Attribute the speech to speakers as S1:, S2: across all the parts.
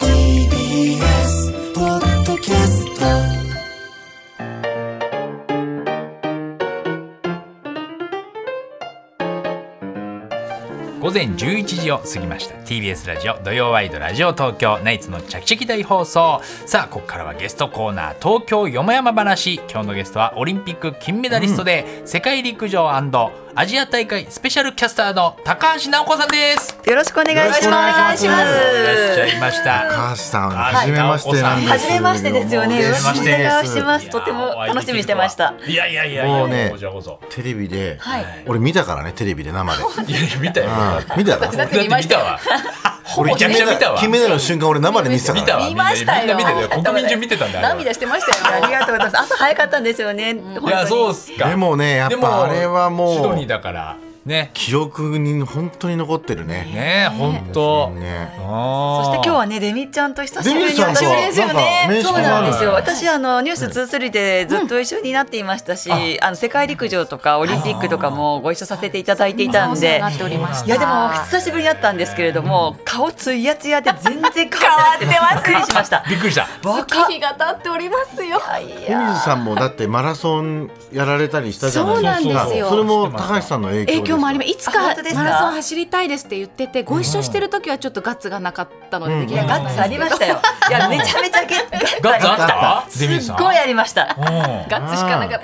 S1: TBS ポッドキャスト
S2: 午前11時を過ぎました TBS ラジオ土曜ワイドラジオ東京ナイツのチャキチャキ大放送さあここからはゲストコーナー東京よもやま話今日のゲストはオリンピック金メダリストで、世界陸上アジア大会スペシャルキャスターの高橋尚子さんです
S3: よろしくお願いしま
S2: い
S3: す。
S2: らっしゃいました
S4: 高橋さん、
S2: はい
S4: はじめましてなんです。
S3: はじめましてですよね。よろしくお願いします。とても楽しみにしてました。
S2: いやいやいやいや
S4: もうね
S2: こちらこそ
S4: テレビで、
S3: はい
S4: 俺見たからね、テレビで生で。うん
S2: いやいや見たよ、
S4: 見たな。
S2: だって見たわ
S4: 俺
S2: めちゃくちゃ見たわ
S4: 金メダルの瞬間、俺生で見てたか
S2: 見た
S4: ら。
S2: わ
S3: 見ましたよ。
S2: みんな見てたよ国民中見てたんだあれは
S3: 涙してましたよね。ありがとうございます。朝早かったんですよね。
S2: いやそうっ
S3: す。
S2: すか
S4: でもね、やっ
S2: でも
S4: ぱあれは
S2: シド
S4: も
S2: ニー
S4: う
S2: だからね
S4: 記憶に本当に残ってるね。
S2: ね本当、
S4: ね。
S2: そ
S3: そして今日はねデミちゃんと久しぶりに
S4: デミちゃんと
S3: 久しぶりですよね
S4: なんか名刺
S3: そうなんですよ
S2: があ
S3: 私あのニュース2-3でずっと一緒になっていましたし、あの世界陸上とかオリンピックとかもご一緒させていただいていたんで
S5: なっておりました。
S3: いやでも久しぶりに会ったんですけれども顔つやつやで全然変わってなくてびっくりしました
S2: びっくりした
S3: 若っ
S5: 日が経っておりますよ。
S3: い
S4: 清
S3: や
S4: 水さんもだってマラソンやられたりしたじゃない
S5: そうなんですよ
S4: それも高橋さんの影響です
S5: 影響もあります。いつか
S3: あ
S5: マ
S3: 本当ですか
S5: ラソン走りたいですって言ってて、ご一緒してる時はちょっとガッツがなかったので、できなか
S3: ガ
S5: っ
S3: ッ
S5: た
S3: ツありましたよいやめちゃめちゃガッ
S2: ガッツ
S3: ツありました
S2: あった
S3: す
S2: デミルさ
S3: っ
S2: ん
S3: ごいありました
S2: うん
S5: ガッツしかなかったけ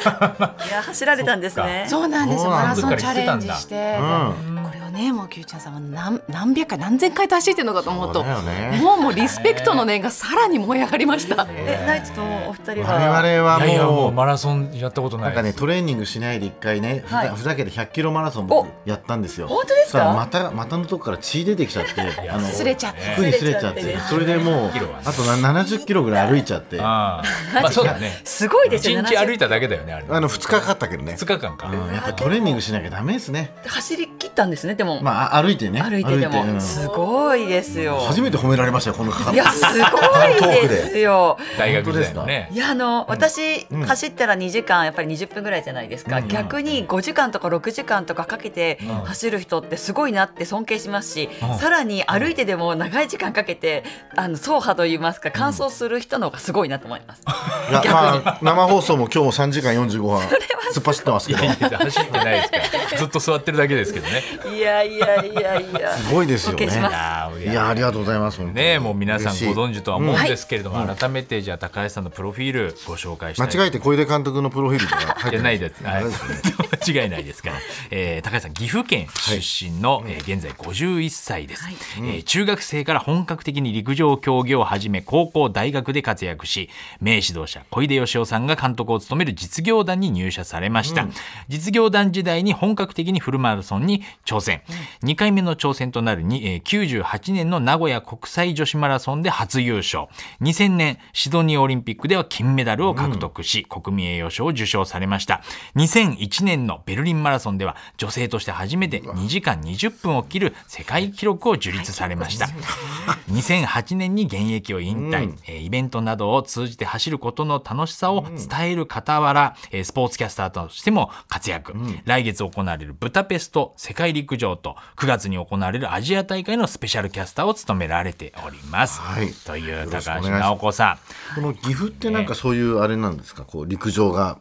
S3: いや走られたんですね
S5: ど。そうなんですよ。
S4: そう
S5: マ
S4: なんだ
S5: ラソンチャレンジして、
S4: う
S5: これをね、もうキューちゃんさんは何何百回何千回と走ってるのかと思
S4: そ
S5: うと、
S4: うだよね
S5: もうもうリスペクトの念がさらに燃え上がりました。
S3: えナイツとお二人
S4: ん。
S3: は
S4: 我々
S2: いやいやも
S4: は
S2: う
S4: もう。
S2: マラソンやったことな
S4: ないんかねトレーニングしないで一回ね、ふざ
S3: はい
S4: ふざけて100キロマラソン僕やったんですよ。
S3: 本当ですか
S4: そしたらまたまたのとこから血出てきちゃって、あの
S5: 擦れちゃって。
S4: 服に擦れちゃ
S3: 擦
S4: っ
S3: れち
S4: て
S3: ゃって
S4: それでもう
S2: キロはね
S4: あとな70キロぐらい歩いちゃってあ
S2: ああまあそうだね
S3: すごいです
S2: 一
S3: よね。
S2: 日歩い
S3: 70
S2: ただけだよねあれ
S4: の2日かかったけどね
S2: 2日間か
S4: うん、やっぱトレーニングしなきゃダメですね
S3: 走り切ったんですねでも、
S4: まああ歩いてね
S3: 歩いてでも、
S4: うん
S3: すごいですよ。
S4: 初めて褒められましたよこの方
S3: いやすごいですよ。
S2: 大学時代のね
S3: いやあの、私、
S4: うん
S3: 走ったら2時間やっぱり20分ぐらいじゃないですか、逆に5時間とか6時間とかかけて走る人ってすごいなって尊敬しますし、
S2: うん
S3: さらに歩いてでも長い時間かけてあの走破といいますか乾燥する人の方がすごいなと思い ます、
S4: いやまあ生放送も今日3時間45分突っ走ってます
S2: い
S4: けど
S2: やいや走ってないですからずっと座ってるだけですけどね
S3: いやいやいやいや
S4: すごいですよ
S3: 尊敬しま
S4: ね
S3: す
S2: ああ
S4: いやありがとうございます
S2: ねえもう皆さんご存
S4: 知
S2: 知とは思うんですけれども改めてじゃあ高橋さんのプロフィールご紹介したいと思います
S4: 間違えて小出監督のプロフィールとか入っ
S2: じ
S4: て
S2: ゃないです。
S4: あ
S2: は
S4: れ
S2: い
S4: ですよね
S2: 間違いないですから。えー高橋さん、岐阜県出身の、えー現在51歳です、えー中学生から本格的に陸上競技を始め、高校、大学で活躍し、名指導者、小出義雄さんが監督を務める実業団に入社されました。実業団時代に本格的にフルマラソンに挑戦。2回目の挑戦となるに、えー98年の名古屋国際女子マラソンで初優勝。2000年、シドニーオリンピックでは金メダルを獲得し、国民栄誉賞を受賞されました。2001年のベルリンマラソンでは、女性として初めて2時間20分を切る世界記録を樹立されました。2008年に現役を引退、えーイベントなどを通じて走ることの楽しさを伝える傍ら、えースポーツキャスターとしても活躍、来月行われるブタペスト世界陸上と9月に行われるアジア大会のスペシャルキャスターを務められております、
S4: はい
S2: とい
S4: よ
S2: う
S4: ろしくお
S2: 高
S4: 願い
S2: 橋
S4: します
S2: 直子さ
S4: この岐阜ってなんかそういうあれなんですかこう陸上が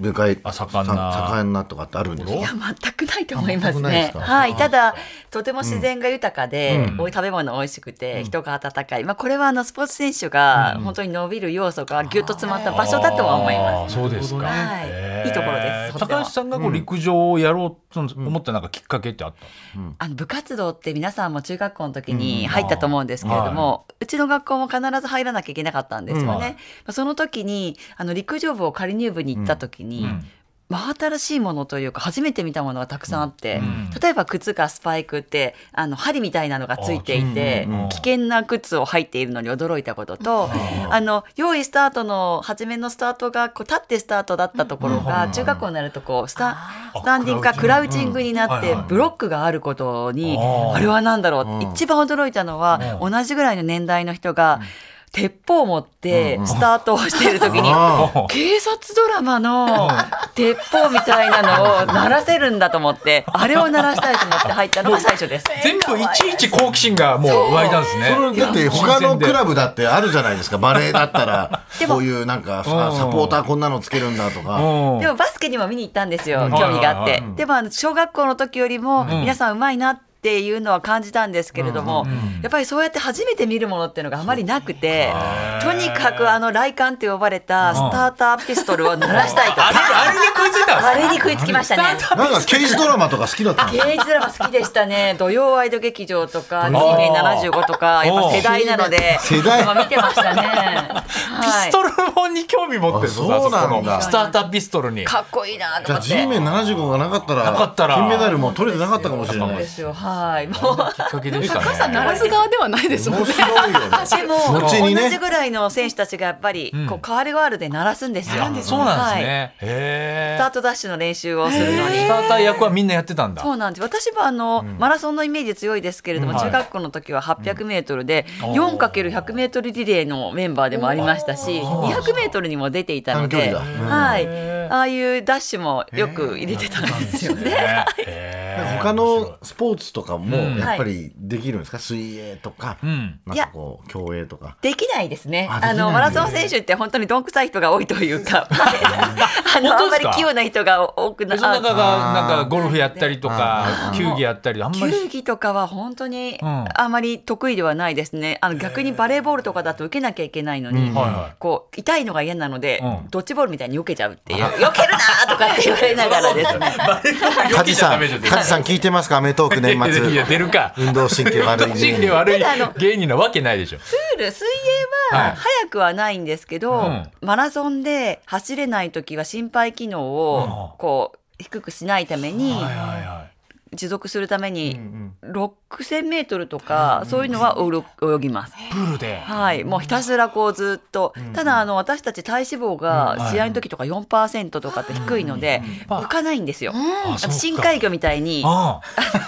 S4: 向かい
S2: あ盛んな
S4: さ盛んなとかってあるんです
S2: い
S3: い
S4: か
S3: や全くないと思いま
S4: あ全
S3: す
S4: くないで
S3: ね
S4: す。か
S3: はい、ただとても自然が豊かで、おい食べ物美味しくて、人が温かい。まあこれはあのスポーツ選手が本当に伸びる要素がぎゅっと詰まった
S2: ん
S3: 場所だとは思います。
S2: すそうですか、
S3: はい
S2: へー
S3: いいところですとても
S2: 高橋さんがこう陸上をやろうと思ったなんかきっかけってあった、
S3: あの部活動って皆さんも中学校の時に入ったと思うんですけれども、うちの学校も必ず入らなきゃいけなかったんですよね。
S2: うんはい
S3: まあその時にあの陸上部を仮入部に行った時に、
S2: ん
S3: 真新しいものというか初めて見たものがたくさんあって、例えば靴かスパイクってあの針みたいなのがついていて、
S2: うんうん
S3: 危険な靴を履いているのに驚いたことと、あの用意スタートの初めのスタートがこう立ってスタートだったところが、中学校になるとこうスタスタンディングかクラウチングになっ
S2: うんはい
S3: て
S2: はい
S3: ブロックがあることに
S2: あー
S3: あれは何だろう一番驚いたのは
S2: う
S3: 同じぐらいの年代の人が鉄砲を持ってスタートをしている時に
S4: あ
S2: あ
S3: 警察ドラマの鉄砲みたいなのを鳴らせるんだと思って、あれを鳴らしたいと思って入ったのが最初です。
S2: 全部いちいち好奇心がもう湧いたんですね。
S4: あだって他のクラブだってあるじゃない ですかバレエだったらこういうなんかさ
S2: うん
S4: サポーターこんなのつけるんだとか
S2: うん
S3: でもバスケにも見に行ったんですよ、
S2: ん
S3: 興味があっ
S2: はい
S3: て
S2: はいは。
S3: でもあの小学校の時よりも皆さんうまいなっていうのは感じたんですけれども、やっぱりそうやって初めて見るものっていうのがあまりなくて、とにかくあの雷管って呼ばれたスターターピストルを鳴らしたいと。
S2: あれあれに食いついたんですか
S3: あれに食いつきましたね。
S4: なんか刑事ドラマとか好きだったんですか
S3: 刑事ドラマ好きでしたね。土曜ワイド劇場とか、TV75 とか、やっぱ世代なので、
S4: 世代
S3: まあ見てま したね。
S2: ピ
S3: は
S2: ス
S3: い。
S2: トル本に興味持ってるんですよ
S4: あそうなんだ
S2: そのスターターピストルに。
S3: かっこいいなと思
S4: じゃあ
S3: っ
S4: G
S3: て。
S4: メン75がなかったら
S2: なかったら
S4: 金メダルも取れてなかったかもしれ
S3: そう
S4: ない
S3: ですよ。はい。もう。
S2: きっかけでしたね。
S5: 高橋さん、ならず側ではないですもん
S4: 面
S5: ね。
S4: 白いよね
S3: でも、
S4: 後にね
S3: 同じぐらいの選手たちがやっぱり、こう、カールガールで鳴らすんですよ。
S2: そうなんです
S3: はい。
S2: ね。へ
S3: スタ
S2: ー
S3: ートダッシュの練習をするのに。
S2: スターター役はみんなやってたんだ。
S3: そうなんです私もあの、マラソンのイメージ強いですけれども、
S2: うんはい
S3: 中学校の時は 800m で、
S2: うん
S3: 4×100m リレーのメンバーでもありましたし、200m にも出ていたので、
S4: 短距離だ
S3: はい、ああいうダッシュもよく入れてたんですよね。
S2: ね。
S4: 他のスポーツとかも
S2: うん
S4: やっぱりできるんですか、水泳とか、
S2: ん
S4: なんかこう競泳とか
S3: できないですね。
S4: あ
S3: あ
S4: できないんだ
S3: の、マラソン選手って本当にどんくさい人が多いというか、あの、あ
S2: 本当で
S3: んますり
S2: か
S3: 器用な人が多くな
S2: でその中が
S4: あー
S2: なんかゴルフやったりとか球技やったりあんまり
S3: 球技とかは本当に
S2: うん
S3: あまり得意ではないですね、あの逆にバレーボールとかだと受けなきゃいけないのに、
S2: んはいはい
S3: こう痛いのが嫌なので、
S2: うん
S3: ドッジボールみたいに避けちゃうっていう、避けるなーとかって言われな がらですね、
S4: 梶さん
S2: 避けちゃダメじゃん
S4: 梶さん聞いてますかアメトーク年
S2: いや
S4: 末
S2: 出るか
S4: 運動神経悪い
S2: 人
S4: ね
S2: で悪い芸人なわけないでしょ
S3: プール水泳
S2: はい
S3: は早くはないんですけど、
S2: うん
S3: マラソンで走れない時は心肺機能をこう低くしないために、
S2: はいはいはい
S3: 持続するために6000メートルとか、そういうのは泳ぐ泳ぎます。
S2: プールで
S3: はい、もうひたすらこうずっと、ただあの私たち体脂肪
S2: うん
S3: が試合の時とか4%とかって低いので、浮かないんですよ。
S2: あ
S3: あ
S2: そう
S3: の
S2: か
S3: 深海魚みたいに
S2: あ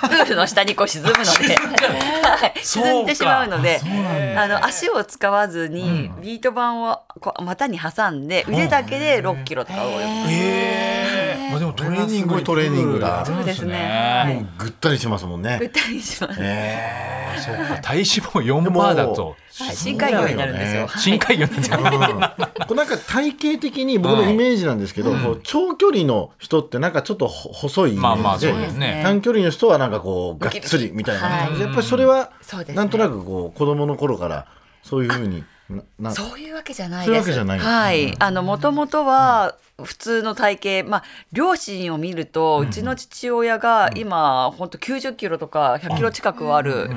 S3: プールの下にこう沈むので、はい、
S2: そうか
S3: 沈んでしまうので
S2: そうなんだ
S3: あの足を使わずに
S2: うん
S3: ビート板をこう股に挟んで腕だけで6キロとか泳
S2: ーへーまあでもトレーニングに
S4: これはすごいトレーニングだ
S2: プールやるん
S3: そうですねはい
S4: もうぐったりしますもん
S3: ぐっ
S4: ね
S3: たりします。
S4: え
S2: あそうか体脂肪4パーだと
S3: はい、深海魚になるんですよ。
S2: 深海魚になっちゃう
S4: えうんこうなんか体型的に僕のイメージなんですけど、こう長距離の人ってなんかちょっとほ細いイメ
S2: まあまあ
S4: ージ
S2: そう
S4: で
S2: ですね
S4: 短距離の人はなんかこうがっつりみたいな感じでやっぱりそれは
S3: そうですね
S4: なんとなくこう子供の頃からそういうふうになな
S3: そういうわけじゃない
S4: そうい
S3: で
S4: うわけ
S3: す。
S4: じゃない
S3: はい、あのもともとは普通の体型、まあ両親を見ると、うちの父親が今本当90キロとか100キロ近くはある。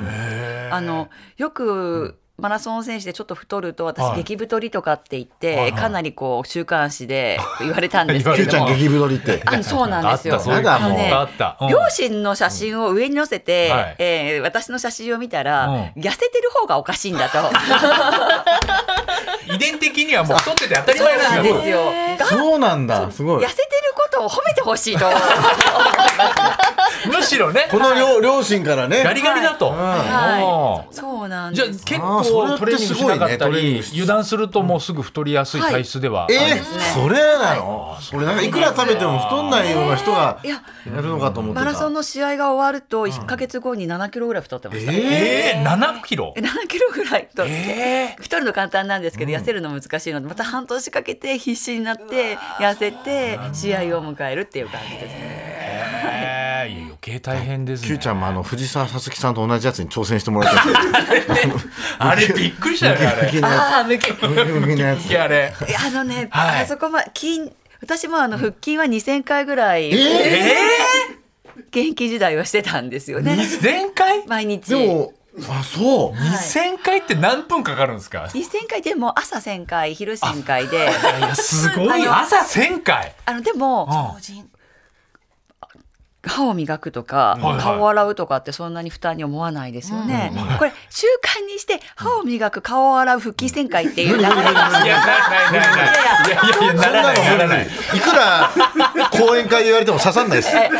S3: あのよく。マラソン選手でちょっと太ると私
S2: はい
S3: 激太りとかって言っ
S2: は
S3: て
S2: いはい
S3: かなりこう週刊誌 で言われたんですけれ
S4: ゆうち
S3: ど
S4: ゃ
S3: も
S4: ん激太りって
S3: あのそうなんですよ。
S2: あったそういう
S3: あのね
S2: あったうん
S3: 両親の写真を上に載せて、
S2: はい
S3: えー私の写真を見たら、
S2: う
S3: 痩せてる方がおかしいんだと。
S2: 遺伝的にはもう太ってて 当たり
S3: そう
S2: 前
S3: な
S2: なんん
S3: で
S2: ですすよ
S3: よ。が
S4: そうなんだすごい
S3: 痩せてることを褒めてほしいと。
S2: むしろね
S4: この両両親からね
S2: ガリガリだと
S3: は
S2: うん
S3: そう なん
S2: じゃあ
S3: です。
S2: 結
S4: あーそれ
S2: 構
S4: って
S2: トレーニングしなかっ
S4: すご
S2: た
S4: いねトレーニン
S2: り
S4: グし
S2: 油断するともうすぐ太りやすい体質ではあるん
S4: え
S2: です
S4: それなのそれなんかいくら食べても太んないような人が
S3: い
S4: や
S3: や
S4: るのかと思って
S3: マラソ
S4: た
S3: ンの試合が終わると1ヶ月後に7キロぐらい太ってました。
S4: え
S2: えー、7キロ
S3: え7キロぐらい太って。
S2: え
S3: 太るの簡単なんですけど、痩せるの難しいのでまた半年かけて必死になって痩せて試合を迎えるっていう感じですね。
S2: えー、いや余計大変です
S4: キュー
S2: ね
S4: ちゃんもあの藤沢さつきさんと同じやつに挑戦してもらったんですよ
S2: あれびっくりしたよねあ
S4: ムキ
S2: れ
S4: ムキのや
S3: ああ向け
S4: つムキムキのやつ
S2: い やあれ
S3: いやあのね、
S2: はい
S3: あそこま筋私もあの腹筋は2000回ぐらい
S4: え
S2: え
S3: 現役時代はしてたんですよね。
S2: ー、前回
S3: 毎日。
S4: でもあそう
S2: 2000回って何分かかるんですか
S3: 2000回でも朝1000回昼1000回で
S2: いやすごい朝1000回
S3: あので
S2: う
S3: も
S2: ん
S3: 歯を磨くと
S2: は
S3: か
S2: いはい
S3: 顔を洗うとかってそんなに負担に思わないですよね、これ習慣にして歯を磨く顔を洗う腹筋1000回っていう流れが
S2: いやないないないないいやいやいやな
S4: そん
S2: ら
S4: な
S2: ないなら
S4: の
S2: ない
S4: いくら講演会で言われても刺さんないです
S3: いやい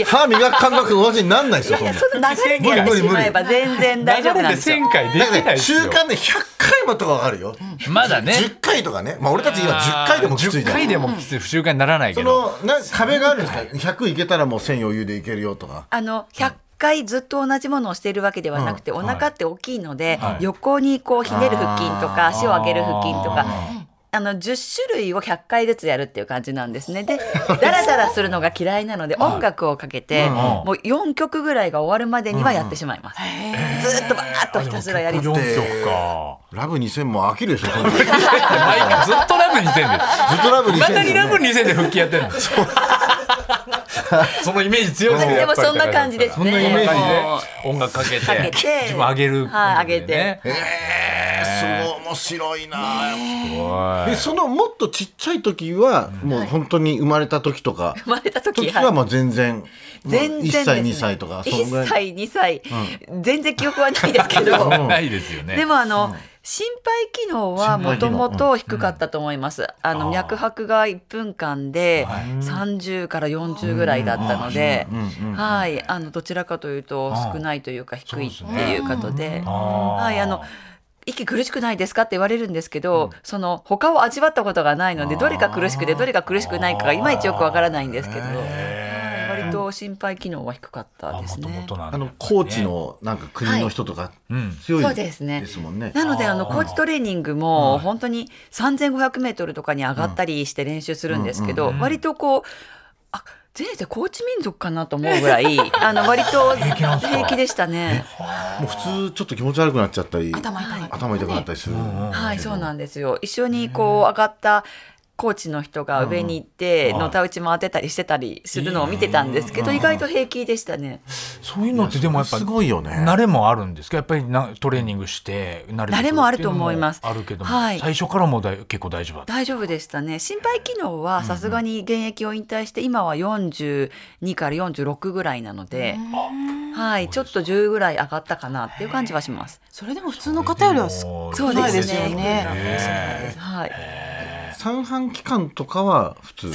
S3: や
S4: 歯磨く感覚と同じになんないですよそんな
S3: その流れでやってしまえば全然大丈夫なんですよ
S2: 流れ1000回で
S4: だか
S2: きな
S4: ら
S2: い
S4: ね
S2: です
S4: 週
S2: よ
S4: 間で100回もとかわかるよ、
S2: まだね
S4: 10回とかね、まあ、俺たち今10回でもきつい
S2: 10
S4: じゃん
S2: 回でもきつい習慣にならない
S4: そ
S2: けど
S4: のな壁があるんですか100いけたらもう1000余裕でいけるよとか
S3: あの100回ずっと同じものをしているわけではなくて、お腹って大きいので、
S2: はい
S3: 横にこうひねる腹筋とか足を上げる腹筋とか
S2: あ。
S3: あの10種類を100回ずつやるっていう感じなんですね。で、ダラダラするのが嫌いなので、音楽をかけて、
S2: ん
S3: もう4曲ぐらいが終わるまでにはやってしまいます。ずーっとバーっとひたすらやり続け
S2: 4曲か
S4: ラブ2000も飽き るでしょそんなず
S2: 毎回ずっとラブ2000で
S4: っとラブ2000
S2: まだに
S4: だ
S2: ラ
S4: よ
S2: ブ
S4: ね
S2: 2000で復帰やってるのそのイメージ強いですね
S3: でもそんな感じですね
S4: そんなイメージね
S2: 音楽かけて
S3: かけて
S2: 自分上げる
S3: はい上げて
S4: えーすごい面白いな、でそのもっとちっちゃい時はもう本当に生まれた時とか
S3: 生まれた時
S4: 時
S3: は
S4: はもう全然
S3: 全然
S4: 1
S3: です、ね、
S4: 歳2歳とかそのぐら
S3: 1
S4: い
S3: 歳2歳、全然記憶はないですけ ど、
S2: うんないですよね
S3: でもあの、心肺機能はもともと低かったと思います。あの脈拍が1分間で30から40ぐらいだったので、はい、あのどちらかというと少ないというか低いっていうことで、はい、あの。息苦しくないですかって言われるんですけど、その他を味わったことがないのでどれが苦しくてどれが苦しくないかがいまいちよくわからないんですけど、はい、割と心肺機能は低かったですね。
S4: あの高知のなんか国の人とか
S2: ん
S4: 強い
S3: そうですね
S4: ですもんね。
S3: なのであのコーチトレーニングも本当に3500メートルとかに上がったりして練習するんですけど、割とこうあ全然コーチ民族かなと思うぐら いあの割と平気でしたね。
S4: もう普通ちょっと気持ち悪くなっちゃったり
S5: 頭痛い
S4: 頭痛くなったりする。
S3: はいそうなんですよ。一緒にこう上がったコーチの人が上に行ってのたうち回ってたりしてたりするのを見てたんですけど意外と平気でしたね。
S2: そういうのってでもやっぱ
S4: すごいよね。
S2: 慣れもあるんですかやっぱりなトレーニングして慣れてく
S3: 慣れもあると思います
S2: ってうのもあるけども、
S3: はい
S2: 最初からもだい結構大丈夫だった
S3: 大丈夫でしたね心肺機能はさすがに現役を引退して今は42から46ぐらいなので、はい、ちょっと10ぐらい上がったかなっていう感じはします。
S5: それでも普通の方よりはす
S3: そう
S5: ない
S3: で
S5: ですす
S3: ね
S5: よね。
S3: はい、
S4: 三半規管とかは普通。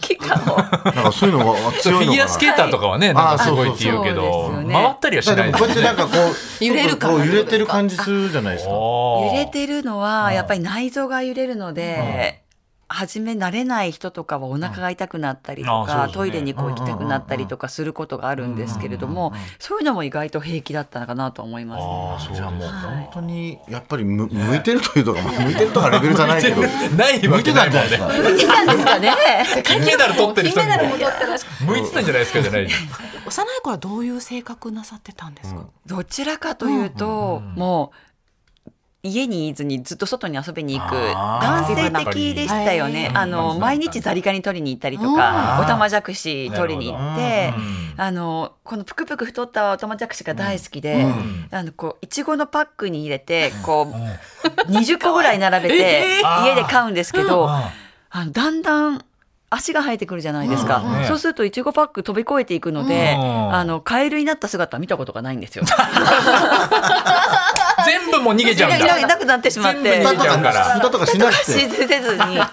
S3: 期間も
S4: なんかそういうのが
S2: フ
S4: 強い
S2: ィ
S4: の
S2: ギュ
S4: か
S2: アスケーターとかはね、
S4: はい
S2: なんかすごいって言うけ
S3: あー
S2: ど
S3: そうそうそうですよね
S2: 回ったりはし
S4: な。
S2: な
S4: で
S2: い
S4: も
S2: で
S4: こう
S2: す
S4: や
S2: ね
S4: ってなんかこう
S5: 揺れる
S4: こ
S5: 感
S4: う
S5: が
S4: 揺れてる感じするじゃないですか。
S3: 揺
S2: 揺
S3: れてるのはやっぱり内臓が揺れるので。初め慣れない人とかはお腹が痛くなったりと
S2: うんあそう
S3: か、
S2: ですね
S3: トイレにこう行きたくなったりとかすることがあるんですけれども、そういうのも意外と平気だったのかなと思います、
S2: あ あそう
S4: じゃあもう
S2: で
S4: 本当にやっぱりむ向いてるというとかまあ向いてるとかレベルじゃないけど
S2: すない
S4: 向
S2: わ
S4: いて
S2: け
S4: た
S2: なんい
S4: じ
S2: も
S4: ゃ
S2: ん
S4: ないですか
S2: ね。
S3: か ね
S2: 金メダル取ってる人
S5: 金メ
S2: に
S5: ダルも取ってらっしゃる
S2: 向いてたんじゃないですか じゃないです
S5: 幼い頃はどういう性格なさってたんですか。
S3: どちらかというと、もう家にいずにずっと外に遊びに行く
S2: あー
S3: 男性的でしたよね
S5: う。ん
S3: あの毎日ザリガニ取りに行ったりと
S2: う
S3: か、
S2: ん
S3: おたまじゃくし取りに行っ
S2: なる
S3: て
S2: ほどうん。
S3: あのこのぷくぷく太ったおたまじゃくしが大好きで、あのこういちごのパックに入れてこう20個ぐらい並べて家で買うんですけど、
S2: か。
S3: あのだんだん足が生えてくるじゃないですか、
S2: うん
S3: そうするといちごパック飛び越えていくので、
S2: うん
S3: あのカエルになった姿は見たことがないんですよ。
S2: 全部もう逃げちゃうん
S3: いな
S2: だ。
S3: なくなってしまって
S2: 全部逃
S4: 蓋と
S2: げちゃうから
S4: か蓋とかしなくて
S3: しずせずにあ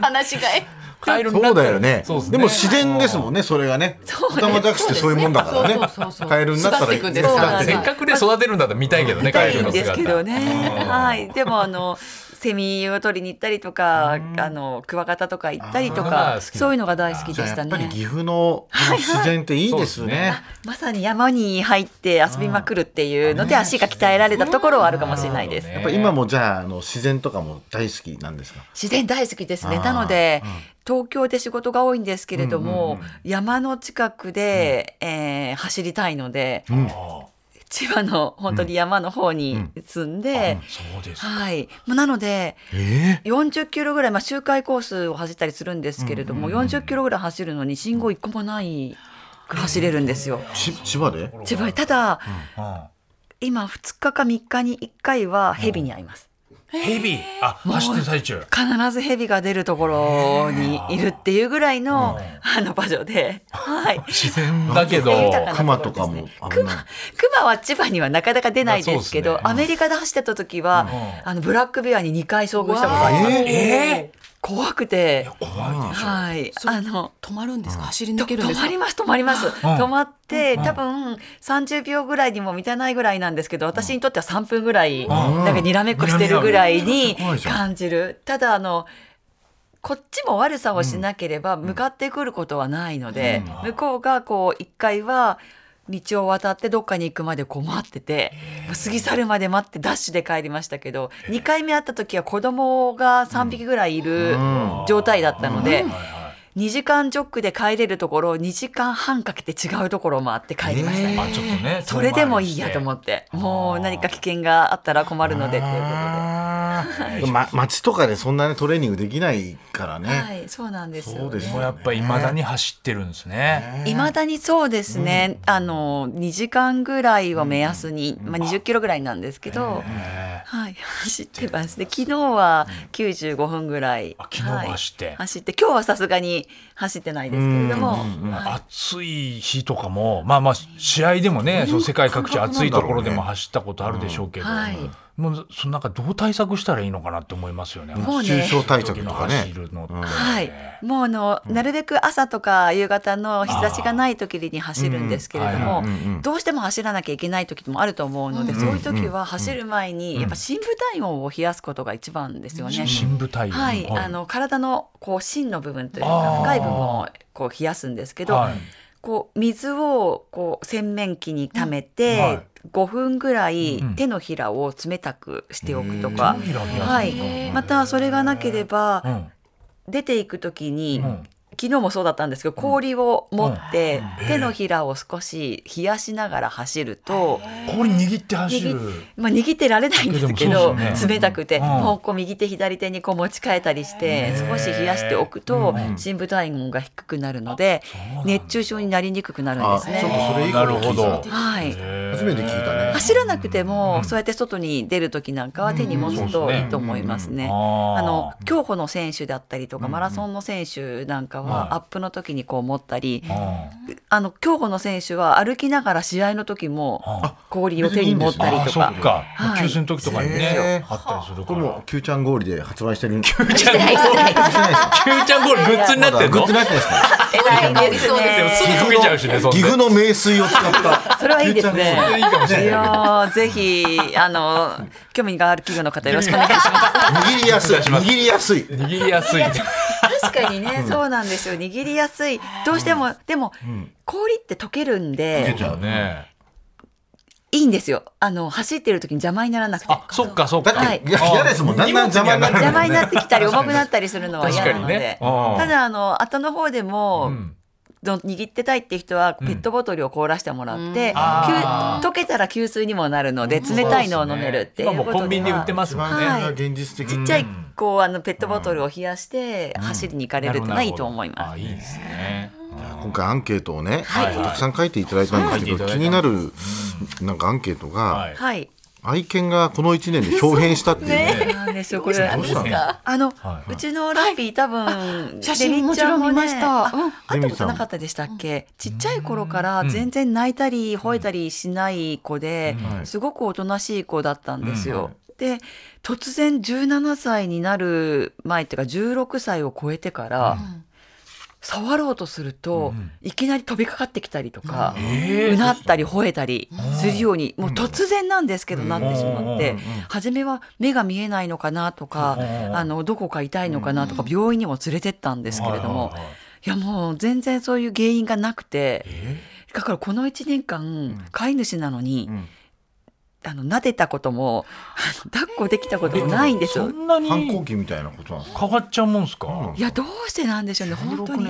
S5: 話がえ。
S2: カエルになっ
S4: そう
S2: たら
S4: だよね
S2: そうす
S4: でも自然ですもんねそれがね
S3: そう
S4: 頭弱視ってそういうもんだからね
S5: そうそうそうそう
S4: カエルになったら
S5: 巣立っていくんですから
S4: 巣立っ
S2: せ
S4: ていく
S2: っかくね育てるんだったら見たいけどね
S3: の
S2: カ
S3: 痛
S2: エル
S3: いん
S2: の
S3: です
S2: 姿。
S3: けどね、はい、でもあのセミを取りに行ったりとか、あのクワガタとか行ったりと
S2: あ
S3: か
S2: ー好き
S3: そういうのが大好き
S4: じ
S3: で
S4: ゃあ
S3: し
S4: や
S3: た
S4: っぱり
S3: ね。
S4: 岐阜の自然っていいですね。
S3: まさに山に入って遊びまくるっていうので足が鍛えられたところはあるかもしれないです。
S4: やっぱ今もじゃああの自然とかも大好きなんですか。
S3: 自然大好きですね。なので、東京で仕事が多いんですけれども、山の近くで、えー走りたいので、千葉の本当に山の方に住んで、
S2: そうです。
S3: はい。もうなので、40キロぐらい、まあ、周回コースを走ったりするんですけれども、40キロぐらい走るのに信号一個もない走れるんですよ。
S4: ち千葉で。
S3: 千葉ただ、今2日か3日に1回はヘビに会います。
S2: ヘビあ走ってる最中
S3: 必ずヘビが出るところにいるっていうぐらいの、あの場所で、はい。
S2: 自然だけど
S3: 豊かな
S4: 熊とかも危
S3: 熊
S4: ない。
S3: 熊は千葉にはなかなか出ないですけど、
S2: まあそうですね
S3: アメリカで走ってた時は、あのブラックベアに2回遭遇したことあります。
S2: え
S3: 怖くて、
S2: ー、怖いでしょ
S3: はい、あの。
S5: 止まるんですか、走り
S3: と
S5: 抜けるんで
S3: 止
S5: す
S3: ま
S5: か
S3: ります止まります、止まって多分30秒ぐらいにも満たないぐらいなんですけど私にとっては3分ぐらい、なんかにらめっこしてるぐらいに感じるただあのこっちも悪さをしなければ向かってくることはないので、向こうがこう一回は道を渡ってどっかに行くまでこう待っててもう過ぎ去るまで待ってダッシュで帰りましたけど2回目会った時は子供が3匹ぐらいいる状態だったので。2時間ジョックで帰れるところを2時間半かけて違うところを回って帰りましたね、
S2: あちょっとね
S3: それでもいいやと思
S2: って
S3: ってもう何か危険があったら困るのでということで
S4: ま、街と かでそんなにトレーニングできないからね。
S3: はいそうなんです
S4: そ
S3: よ
S4: うです
S3: ね
S4: よ
S2: もうやっぱり未だに走ってるんですね
S3: いまだにそうですね、あの2時間ぐらいを目安に、まあ、20キロぐらいなんですけど、はい、走ってますで昨日は95分ぐらい、
S2: あ昨日は走って
S3: はい走って今日はさすがに走ってないですけれども、
S2: 暑い日とかもまあまあ試合でもね、そう世界各地暑いところでも走ったことあるでしょうけど、
S3: うんはい
S2: もうそのなんかどう対策したらいいのかなって思いますよね。
S3: もう
S4: 熱
S3: ね
S4: 中症対策とか
S2: 走
S4: ね。
S2: るのって、
S3: はい、もうあの、なるべく朝とか夕方の日差しがない時に走るんですけれど
S2: う
S3: も
S2: ん
S3: どうしても走らなきゃいけない時もあると思うので、そういう時は走る前にやっぱ深部体温を冷やすことが一番ですよね。
S2: 深部体温、
S3: はい、あの体のこう芯の部分というか
S2: あー
S3: 深い部分をこう冷やすんですけど、
S2: はい
S3: こう水をこう洗面器に溜め
S2: うんは
S3: て
S2: い
S3: 5分ぐらい
S2: うん
S3: 手のひらを冷たくしておくとか、
S2: 手のひらを冷やすの
S3: はい
S2: へ、
S3: またそれがなけれ
S2: う
S3: ば
S2: ん
S3: 出ていく時に、
S2: うん
S3: 昨日もそうだったんですけど氷を持って手のひらを少し冷やしながら走ると。
S2: 氷握って走る。
S3: 握まあ、握ってられないんです
S2: で
S3: け
S2: もそ
S3: ど、
S2: うですよね
S3: 冷たくて、
S2: うん
S3: もうこう右手左手にこう持ち替えたりして少し冷やしておくと深部体温が低くなるので熱中症になりにくくなるん
S4: あ、
S3: で
S4: ち
S3: す
S4: ょっと
S3: ね。
S4: それいいこと聞いた
S2: なるほど
S3: はい
S4: 初めて聞いたね。
S3: 走らなくてもそうやって外に出る時なんかは手に持つといいと思いますね。
S2: あー
S3: あの競歩の選手だったりとかマラソンの選手なんかはアップの時にこう持ったり
S2: あ
S3: あの競歩の選手は歩きながら試合の時も氷を手に持ったり
S2: ーあ、
S3: と
S2: そ
S3: か
S2: っか。
S3: はい
S2: 給水の時とかにね
S4: へ、
S2: あったりするか
S4: これ
S2: ら。
S4: もう Q ちゃん氷で発売し てる。Q
S2: キューち ゃんゴール、キューちゃんゴールグッズになってる
S4: グッ
S2: の。で
S4: ズになってますね。
S3: 偉いです
S2: も
S3: ね。
S2: すぐ溶けちゃうしね、そん
S4: 岐
S2: で
S4: 阜の名水を使っ た。
S3: それはいいですね。
S2: いいかもし
S3: い
S2: れない。
S3: やーぜひあの興味がある企業の方よろしくお願いします。
S4: 握りやすい。握りやすい。
S2: 握りやすい。
S3: 確かにね、そうなんですよ。握りやすい。どうしてもでも、氷って溶けるんで
S2: じゃあね。
S3: いいんですよ。あの走ってる時に邪魔にならなくて。
S2: あ、そっかそっか。
S4: だ
S3: は
S4: っ
S3: い
S4: ていや嫌ですもん。だんだん邪魔になるもんね。
S3: 邪魔になってきたり重くなったりするのは嫌なので、
S2: 確かにねうん
S3: ただあの後の方でも、
S2: ん
S3: の握ってたいって人はペットボトルを凍らしてもらって、きゅ
S2: あー
S3: 溶けたら給水にもなるので冷たいのを飲めるっていう
S2: 今も
S3: こと
S2: うコンビニで売ってますもんね。
S3: はい
S4: 現実的。
S3: ちっちゃいこうあのペットボトルを冷やして走りに行かれるってのはいいと思います。
S2: あ、いいですね。
S4: 今回アンケートをね、
S2: はい
S4: たくさん書いていただいたんですけど、
S2: はい
S4: 気になるなんかアンケートが、
S2: はい
S3: はい。
S4: 愛犬がこの1年で表変したっていうね。
S3: なんですよ これ。
S4: どうしたんですか
S3: あの、
S2: はいう
S3: ちのラッピー多分
S5: 写真もちろん見ました
S3: レミちゃんもねあ
S4: うん
S3: 会ったことなかったでしたっけ？ちっちゃい頃から全然泣いたり吠えたりしない子で
S4: んは、い
S3: すごくおとなしい子だったんですよ。で突然17歳になる前っていうか16歳を超えてから、触ろうとすると、いきなり飛びかかってきたりとか、うなったり吠えたりするように、もう突然なんですけどなってしまって、初めは目が見えないのかなとか、あのどこか痛いのかなとか、病院にも連れてったんですけれども、いやもう全然そういう原因がなくて、だからこの1年間、飼い主なのに、あの撫でたことも、あの抱っこできたこともないんです
S2: そ
S3: よ。
S2: んな
S4: 反
S2: に
S4: 抗期みたいなことなんですか
S2: 変わっちゃうもんすか
S3: い。やどうしてなんでしょうね本当
S2: 16
S3: に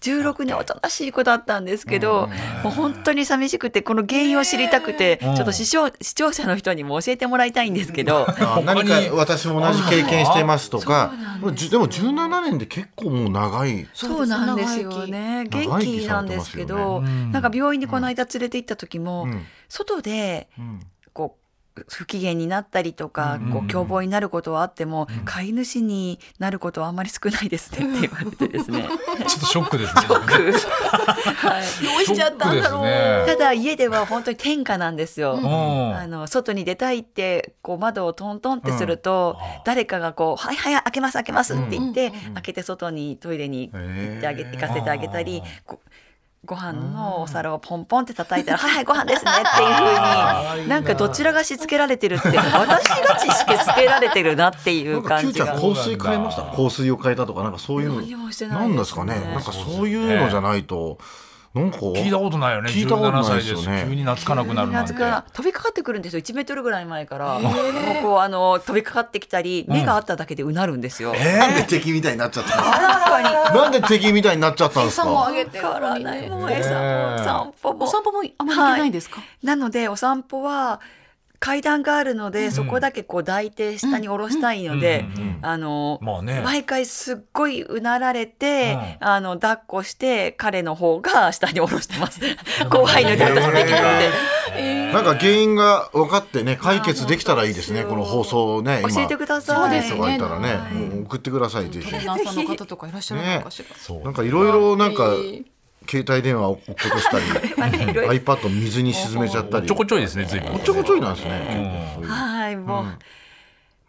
S2: 年
S3: 16年おとなしい子だったんですけど、もう本当に寂しくてこの原因を知りたくて、
S2: ん
S3: ちょっと視聴視聴者の人にも教えてもらいたいんですけど
S4: あ何か私も同じ経験してますとか
S3: そうなん
S4: でもじでも17年で結構もう長い
S3: そうなんですよね
S4: 長生き
S3: 元気なんですけ
S2: 長生きされてますよ
S3: ど
S2: ねうん
S3: なんか病院にこの間連れて行った時も、
S4: ん
S3: 外でこう不機嫌になったりとか、こう凶暴になることはあっても、飼い主になることはあんまり少ないですねって言われてです ね。
S6: ちょっとショックですね。ショック
S3: はい
S6: しちゃったんだろう。
S3: ただ家では本当に天下なんですよ。
S6: うん
S3: あの外に出たいってこう窓をトントンってすると、誰かがこう「はいはい開けます開けます」って言って、開けて外にトイレに行ってあげ、行かせてあげたり。こご飯のお皿をポンポンって叩いたら「はいはいご飯ですね」っていう風になんかどちらがしつけられてるって私がしつけられてるなってい
S4: なん
S3: う
S4: かキ
S3: 感
S4: ュー
S3: じ
S4: ちゃ
S3: が
S4: ん。香水変えました香水を変えたとかなんかそういう
S3: 何もしてないですね
S4: なんですかねなんかそういうのじゃないとなんか
S6: 聞いたことないよね。
S4: 聞いたこ
S6: 17
S4: とないで
S6: 歳
S4: す
S6: で
S4: よ
S6: す。
S4: ね
S6: 急に懐かなくなるなんて。
S3: 夏から飛びかかってくるんですよ1メートルぐらい前から、もうこうあの飛びかかってきたり目があっただけでうなるんですよ。
S4: なんで敵みたいになっちゃった
S3: 明らかに
S4: のなんで敵みたいになっちゃったんです
S5: 餌もあ
S4: か
S5: げて
S3: 変わらないもう餌
S6: え
S3: も
S6: え
S3: 散歩も
S5: お散歩もあまり行けないんですか、
S3: なのでお散歩は階段があるので、そこだけこう抱いて下に下ろしたいので、あの、
S6: まあね
S3: 毎回すっごいうなられて、
S6: う
S3: あの抱っこして彼の方が 下に下ろしてます後輩の抱っこしてきたので、
S4: なんか原因が分かってね解決できたらいいですねこの放送をね今
S3: 教えてください
S4: 聞いてる人がいたら
S5: そうです
S4: ねもう送ってくださいぜひ
S5: 旦那さんの方とかいらっしゃるのかしら、
S4: なんかいろいろなんか
S5: い
S4: 携帯電話を落っことしたり iPad を水に沈めちゃった
S6: お
S4: り
S6: っちょこちょいですね、随分。
S4: おっちょこちょいなんですね結構そういう
S3: はいも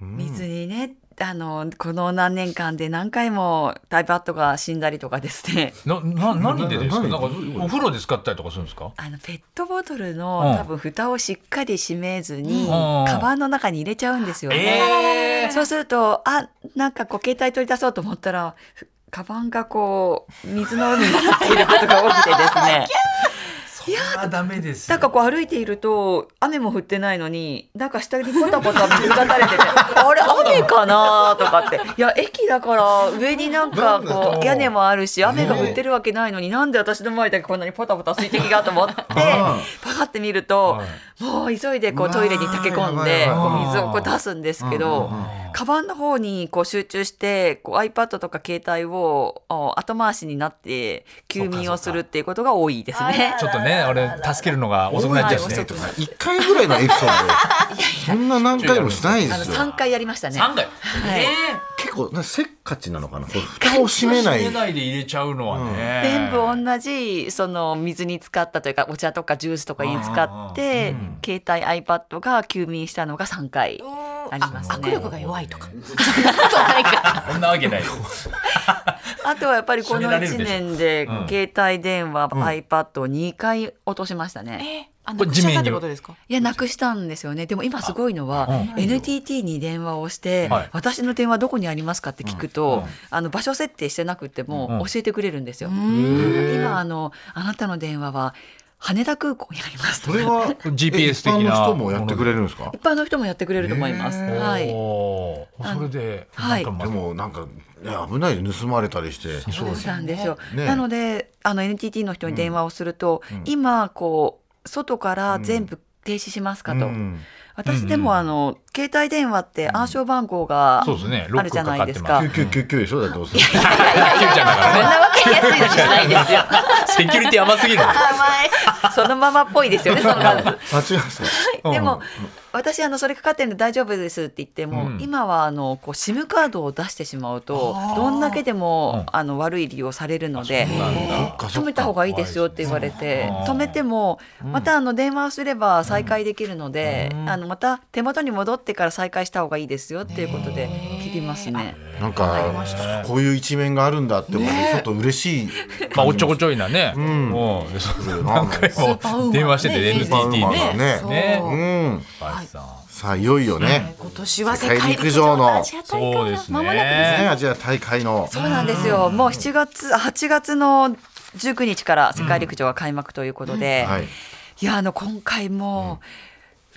S3: う、水にねあのこの何年間で何回もタイパッドが死んだりとかですね
S6: な、な、何でですか。なん
S4: 何
S6: かお風呂で使ったりとかするんですか。
S3: あのペットボトル
S6: う
S3: の
S6: ん
S3: 多分蓋をしっかり閉めずに、
S6: ん
S3: カバンの中に入れちゃうんですよ
S6: え
S3: ね。そうするとあなんかこう携帯取り出そうと思ったらふカバンがこう水の海になっていることが多くてですね。
S6: それはダメです
S3: なんかこう歩いていると雨も降ってないのになんか下にポタポタ水が垂れてて あれ雨かなとかっていや駅だから上になんかこう屋根もあるし雨が降ってるわけないのになんで私の前だけこんなにポタポタ水滴がと思ってパカって見るともう急いでこうトイレに駆け込んで
S4: うわー
S3: こう水をこう出すんですけどカバンの方にこう集中してこう iPad とか携帯をあ後回しになって休眠をするっていうことが多いですね。
S6: ちょっとね、俺助けるのが遅くなっちゃうしね。
S4: 一回ぐらいのエピソードでそんな何回もしないで
S3: あの
S4: すよ
S3: 3回やりましたね。
S6: 三回。
S3: はい
S4: 結構なせっかちなのかなこれ蓋を閉めない
S6: 閉めないで入れちゃうのはね。
S3: 全部同じその水に使ったというかお茶とかジュースとかに使って携帯 iPad が休眠したのが3回あります
S5: 握
S3: ね
S5: 力。が弱いとか
S6: そんなわけない。
S3: あとはやっぱりこ
S6: 閉
S3: の
S6: められる
S3: 1
S6: でしょ
S3: 年で
S6: うん
S3: 携帯電話 iPad を2回落としましたね。
S5: えあ
S6: こ
S5: の
S6: れ
S5: 地
S6: 地面に
S5: 面ってことですか
S3: いやなくしたんですよね。でも今すごいのは
S6: あ
S3: NTT に電話をして
S6: はい
S3: 私の電話どこにありますかって聞くとあの場所設定してなくても教えてくれるんですよ。今あのあなたの電話は羽田空港にありますとか
S4: それは
S6: GPS 的な
S4: 一般の人もやってくれるんですか
S3: 一般の人もやってくれると思います。 はい。
S6: おーそれで、
S3: はい
S6: なんか
S4: で
S6: まあ
S4: もなんか、ね、危ないで盗まれたりして
S3: そうなんですよ。
S4: ね
S3: なので、あの NTT の人に電話をすると、今こう外から全部停止しますかと。
S4: うん
S3: 私でもあの携帯電話って暗証番号が
S6: そうですね
S3: あるじゃないですか。
S6: ロ
S3: い
S4: 9999でしょだってどうせ
S3: やいやい
S6: キュー
S3: や
S6: ちゃんだから
S3: そん
S6: ね
S3: なわけ安いのじゃないですよ。
S6: セキュリティ甘すぎる。
S3: 甘い。 そのままっぽいです よね。その数。
S4: 間違えました
S3: でも、私あのそれかかってるの大丈夫ですって言っても、
S6: うん
S3: 今はあのこう SIM カードを出してしまうとどんだけでも、あの悪い利用されるので止めた方がいいですよって言われて
S6: あー
S3: 止めてもまたあの電話をすれば再開できるので、あのまた手元に戻ってから再開した方がいいですよっていうことで切りますね。
S4: なんかこういう一面があるんだって思ってちょっと嬉しい
S6: まあおっちょこちょいなね。うんもうそう何回も電話してて
S4: スーパーウ
S6: NTT
S4: ーマンだ
S6: ね。
S4: ね
S5: そう
S6: ね
S4: うん
S6: バイさん
S4: さあいよいよね、
S5: 今年は
S4: 世
S5: 世
S4: 界
S5: 界
S4: 陸
S5: 陸
S4: 上
S5: 上
S4: の
S5: のアジア大
S6: そ
S5: 会
S6: う
S5: か
S6: で
S5: な、
S6: す
S5: 間もなくです
S4: ね
S6: ね。
S4: アジア大会の
S3: そうなんですよ。もう7月、8月の19日から世界陸上が開幕ということで、
S4: はい
S3: いやあの今回も、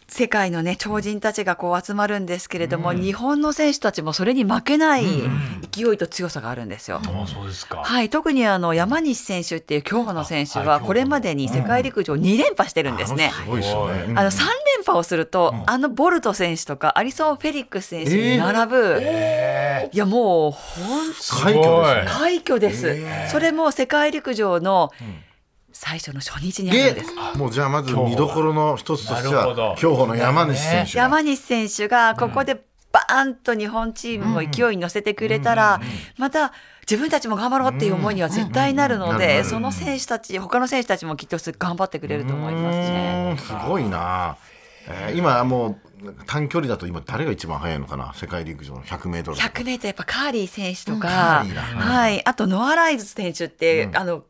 S3: 世界のね超人たちがこう集まるんですけれども、日本の選手たちもそれに負けない勢いと強さがあるんですよ。
S6: あそうですか。
S3: はい、特にあの山西選手っていう競歩の選手
S6: はい競
S3: は
S6: 歩
S3: これまでに世界陸上2連覇してるんですね。
S4: すごいですよね
S3: あの3連覇をすると、あのボルト選手とかアリソン・フェリックス選手に並ぶ、いやもう本
S4: 快挙ですね
S3: 快挙です、それも世界陸上の最初の初日にあるん
S4: で
S3: です。
S4: もうじゃあまず見どころの一つとして
S6: なるほど
S4: は競歩の山西選手が
S3: 山西選手がここでバーンと日本チームを勢いに乗せてくれたら、また自分たちも頑張ろうっていう思いには絶対なるの
S4: うんうんう
S3: で、
S4: ん
S3: その選手たち、他の選手たちもきっと頑張ってくれると思いますね。
S4: うんすごいな、えー今もう短距離だと今誰が一番速いのかな世界陸上の 100m
S3: 100メートルやっぱカーリー選手とか、
S4: うんカーリーだ
S3: はい、あとノアライズ選手って、あの、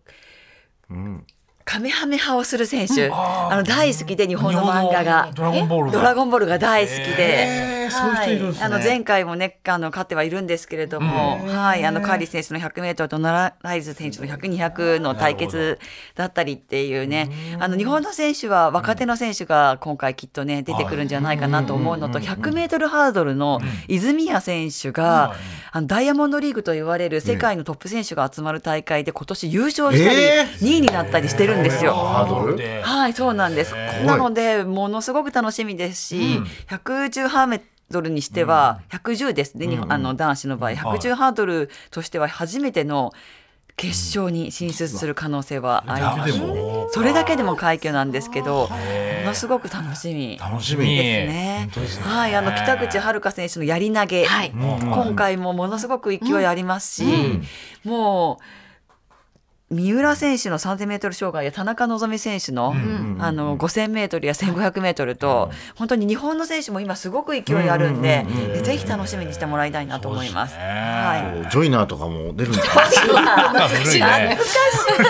S3: カメハメハをする選手、あの大好きで日本の漫画が。
S6: ドラゴンボール
S3: ド
S6: が
S3: ラゴンボールが大好き
S6: へ
S3: で
S6: ー、そういう人いるんですね
S3: あの前回もね、あの勝ってはいるんですけれども、はい、あのカーリー選手の100メートルとノラライズ選手の100、200の対決だったりっていうね、あの日本の選手は若手の選手が今回きっとね出てくるんじゃないかなと思うのと、100メートルハードルの泉谷選手が、あのダイヤモンドリーグと言われる世界のトップ選手が集まる大会で今年優勝したり
S4: え、
S3: 2位になったりしてるんですよ。
S4: ハードル
S6: で
S3: はい、そうなんです。
S4: い
S3: なので、ものすごく楽しみですし、110ハーメドルにしては、110ですね、日本あの男子の場合、110ハードルとしては初めての決勝に進出する可能性はありますね、それだけでも快挙なんですけど、ものすごく楽しみ。
S6: 楽し
S3: で
S6: み
S3: すね。はい、あの北口榛花選手のやり投げ、
S5: はい
S3: 今回もものすごく勢いありますし、もう三浦選手の3000メートル障害や田中希実選手の、あの5000メートルや1500メートルと、本当に日本の選手も今すごく勢いあるんで、ぜひ楽しみにしてもらいたいなと思います。はい。
S4: ジョイナーとかも出るんじ ゃないですか
S6: 懐かしいね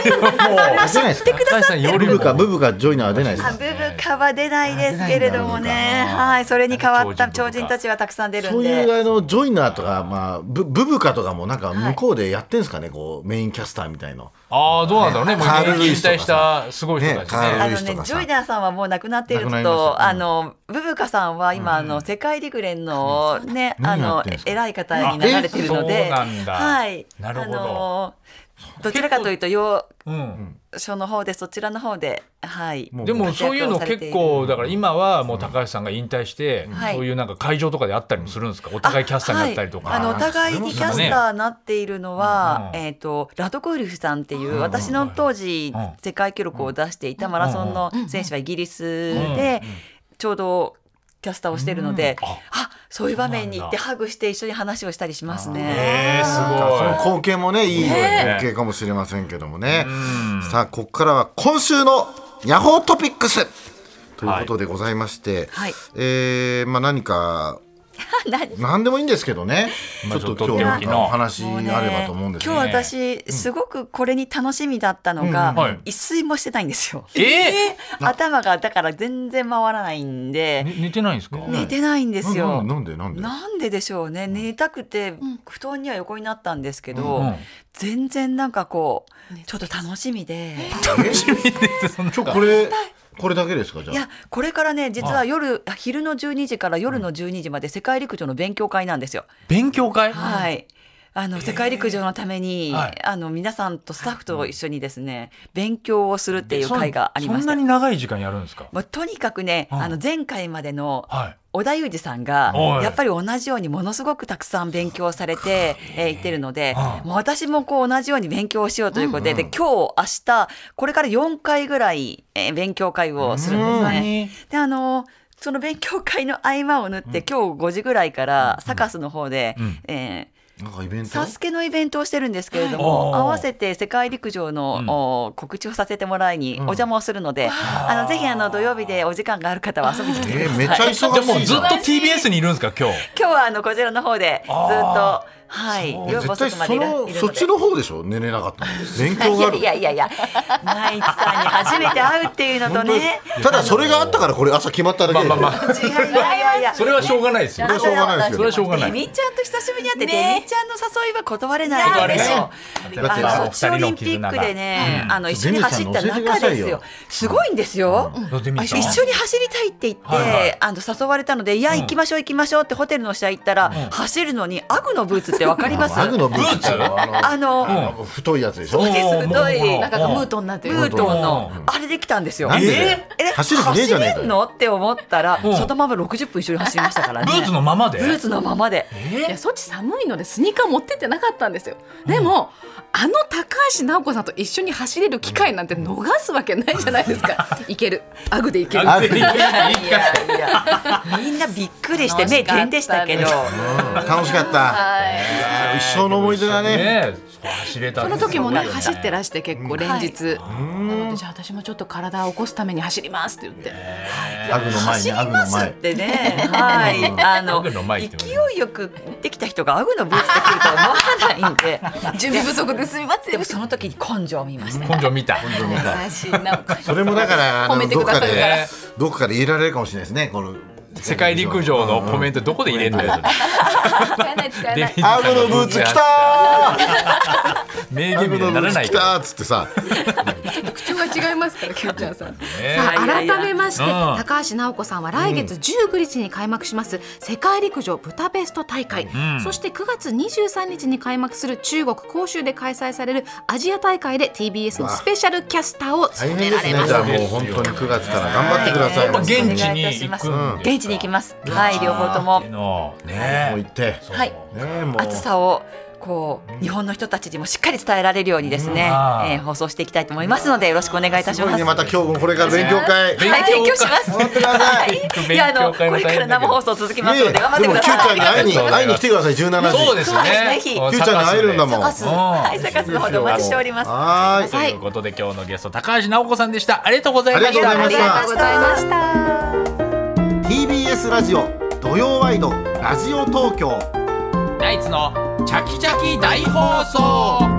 S4: 出ないですか
S6: 高橋さんより
S4: ブ
S6: も
S4: ブカブブカジョイナーは出ないです
S3: あ
S4: か
S3: ブブカは出ないですけれどもね、はい、それに変わった
S2: 超
S3: 超
S2: 人
S3: 人たちはたくさん出る
S4: そ
S3: ん
S4: うい
S3: で。
S4: うあのジョイナーとか、まあ、ブブブカとかもなんか向こうでやってんですかね、こうメインキャスターみたいの
S6: ああどうなんだろうねもう
S4: カールル
S6: 引
S4: イスとか
S6: 退
S4: さ
S6: したすごい人たち
S4: ねカール
S6: ね
S3: あ
S4: ルイ
S3: の
S4: スと
S3: ね
S4: か、
S3: ジ
S4: さ
S3: ョイダーさんはもう亡くなっている
S4: 亡
S3: の
S4: くなりました
S3: と、あの、ブブカさんは今、あの、世界陸連のね、あ
S4: 何やっ
S3: の
S4: てんす、か
S3: 偉い方になられているので、
S6: あえそうなんだ
S3: はい。
S6: なるほど
S3: あの、どちらかというと、洋
S6: うん
S3: 書の方で、そちらの方で、はい。
S4: もう
S6: でもそういうの結構だから今はもう高橋さんが引退して
S3: はい
S6: そういうなんか会場とかであったりもするんですかお互いキャスターになったりと
S3: あはいあのお
S6: か
S3: 互いにキャスターになっているのは、
S6: うん
S3: えっ、とラドコウルフさんっていう私の当時
S6: うん
S3: 世界記録を出していたマラソンの選手はイギリス
S6: うん
S3: でちょうどキャスターをしているので、
S6: うんあ
S3: あそういう場面に行って
S6: そ
S3: ハグして一緒に話をしたりしますね。
S6: えーすごい
S4: その光景もねいい光景かもしれませんけどもねさあここからは今週のヤホートピックスということでございまして、
S3: はい
S4: えーまあ何か
S3: 何
S4: 何でもいいんですけどね、
S6: まあ
S4: ちょっ
S6: ちょ
S4: と
S6: っと
S4: 今日
S6: っておき
S4: の
S6: の
S4: お話
S3: もうね
S4: あればと思うんですけど、
S3: 今日私すごくこれに楽しみだったのが、
S6: うんはい
S3: 一睡もしてないんですよ。
S6: え
S3: 頭がだから全然回らない
S6: ー
S3: んで
S6: ね寝てないんですか
S3: 寝てないんですよ。
S4: ななんでなんで
S3: なんででしょうね寝たくて布団には横になったんですけど、
S6: うん
S3: 全然なんかこうちょっと楽しみで、
S4: 今日これこれだけですかじゃ
S3: い
S4: あ
S3: やこれからね実は夜、あ昼の12時から夜の12時まで世界陸上の勉強会なんですよ。
S6: 勉強会
S3: はいあの世界陸上のために、
S6: はい
S3: あの皆さんとスタッフと一緒にですね勉強をするっていう会がありま
S6: そ
S3: し
S6: んな
S3: た。
S6: に長い時間やるんですか
S3: もうとにかくね、
S6: うん
S3: あの前回までの
S6: はい
S3: 織田裕二さんが
S6: はい
S3: やっぱり同じようにものすごくたくさん勉強されてえーいってるので
S6: はい
S3: もう私もこう同じように勉強をしようということで,、で今日明日これから4回ぐらいえー勉強会をするんですね。であのその勉強会の合間を縫って、今日5時ぐらいからサカスの方で、えー
S4: なんかイベント
S3: サスケのイベントをしてるんですけれど
S6: はい
S3: も、
S6: おー
S3: 合わせて世界陸上の、お告知をさせてもらいにお邪魔をするので、あのぜひあの土曜日でお時間がある方は遊びに来てくださ
S4: え
S3: い。
S4: ーめっちゃ忙しいじ
S6: じゃあもう
S4: ゃん
S6: ずっと TBS にいるんですか今日
S3: 今日はあのこちらの方でずっとはい
S4: いや
S3: 夜
S4: 絶
S3: 遅
S4: 対
S3: くま
S4: そ
S3: でいらいる
S4: の
S3: ので
S4: そっちの方でしょ寝れなかったの勉強
S3: い
S4: があ
S3: や
S4: る
S3: いやいやいやナイツさんに初めて会うっていうのと
S4: 本当に
S3: ね
S4: ただそれがあったからこれ朝決まっただけで
S6: まあまあまあ
S3: 違ういやいやいや
S6: それはしょうがないですよ
S4: それはしょうがないですけど
S6: それはしょうがな
S3: デ
S6: い
S3: ミちゃんと久しぶりに会って、
S5: ね
S3: デミちゃんの誘いは断れない
S6: 断れ
S3: でしょ
S4: ない
S3: あの
S6: だって
S3: ソチオリンピックでね、あの一緒に走った
S4: デミさ
S3: 中
S4: ん教えてくださ
S3: です
S4: いよ
S3: よすごいんですよ、
S6: だってみー
S3: 一
S6: ち
S3: 緒
S6: ゃん
S3: に走りたいって言って、
S6: はいはい
S3: あの誘われたのでいや行きましょう行きましょうってホテルの下行ったら、走るのにアグのブーツってわかります
S4: マグのブーツ
S3: あ
S4: あ
S3: の、
S4: のあの太いやつでしょ
S3: そうです
S6: おー
S3: 太い
S6: もうもう
S5: なんかムートになって
S3: ブ
S5: る
S3: ートンの
S6: うん
S3: あれできたんですよ。
S4: なんでだよ
S6: え
S3: え
S4: 走る気ねえじゃねえか
S3: 走れん
S4: よ
S3: のって思ったら、
S6: うん
S3: そのまま60分一緒に走りましたから
S6: ブ
S3: ね。
S6: ーツのままで
S3: ブーツのままで。
S5: いやそっち寒いのでスニーカー持ってってなかったんですよでも、あの高橋尚子さんと一緒に走れる機会なんて逃すわけないじゃないで すかいけるアグでいける
S2: あぜひ
S3: いやいやみんなびっくりして目点でしたけど
S4: 楽しかった
S5: はい
S4: 一生の思い出だね
S2: ねそう走れた
S5: そ
S2: んで
S5: の
S2: すよ
S5: 時もね走ってらして結構連日、なのでじゃあ私もちょっと体を起こすために走りますって言って、
S4: アグの前にアグの前
S3: でね、はい、あ
S2: ア
S3: の
S2: グの前って言
S3: 勢いよくできた人がアグのブーツで来るとは思わないんで、
S5: 準備不足ですみません
S3: でもその時に根性を見ました。
S2: 根性見た
S5: 優しい なお母さん
S4: それもだ からあ
S5: 褒め
S4: の
S5: て
S4: どっ
S5: くだ
S4: か
S5: さるから
S4: でどっかで入れられるかもしれないですねこの
S2: 世界陸上のコメントどこで入れんだよ
S5: 使えない使え
S2: デ
S5: な
S2: ビ
S5: い
S2: ッドさ
S4: ア
S2: ん
S4: グのブーツ来た
S2: ー名
S4: ーア
S2: 言
S4: グ
S2: みたいにな
S4: のブ
S2: ら
S4: ーツ
S2: ない
S4: 来
S2: か
S4: た
S2: ら
S4: ーっつってさ
S5: 特徴が違いますからキューちゃんさん
S2: ね
S5: さあ
S3: いや
S5: 改
S3: いや
S5: めまして
S2: うん
S5: 高橋尚子さんは来月19日に開幕します世界陸上ブダペスト大会、そして9月23日に開幕する中国杭州で開催されるアジア大会で TBS のスペシャルキャスターを
S4: 大
S5: 務
S4: 変
S5: め
S4: で
S5: ら
S4: す
S5: れ
S4: ね
S5: ます
S4: じゃあもう本当に9月から頑張ってください
S2: まあ
S4: 本当に
S2: 現地に行くんで
S3: 現地に行きます。はい、両方とも。
S2: のね
S4: もう行って
S3: はい、
S4: ねもう
S3: 暑さをこう日本の人たちにもしっかり伝えられるようにですね、
S2: うん
S3: えー放送していきたいと思いますのでよろしくお願いいたし
S4: すご
S3: ま
S4: い
S3: す。
S4: ねまた今日もこれから勉強会
S3: はい、勉強します。
S4: 頑張ってくださいね
S3: はいいやあの
S2: 勉強
S3: こ
S2: 会も大変だけど
S3: れから生放送続きますの
S4: え
S3: で頑張っ
S4: で
S3: て
S4: も
S3: く
S4: キュ
S3: だ
S4: ーち
S3: さい。
S4: ゃんに会いに会いに来てください17時
S2: そうですね
S3: ぜひ
S2: キ
S3: キ
S2: ュ
S3: ュ
S4: キューちゃんに会えるんだもん
S3: サカスはい、サカスの方でお待ちしております。
S4: はーい
S2: ということで今日のゲスト高橋尚子さんでしたありがとうございま
S4: あり
S2: し
S4: がとう
S2: た
S4: ございました
S5: ありがとうございました
S4: TBS ラジオ土曜ワイドラジオ東京
S2: ナイツのチャキチャキ大放送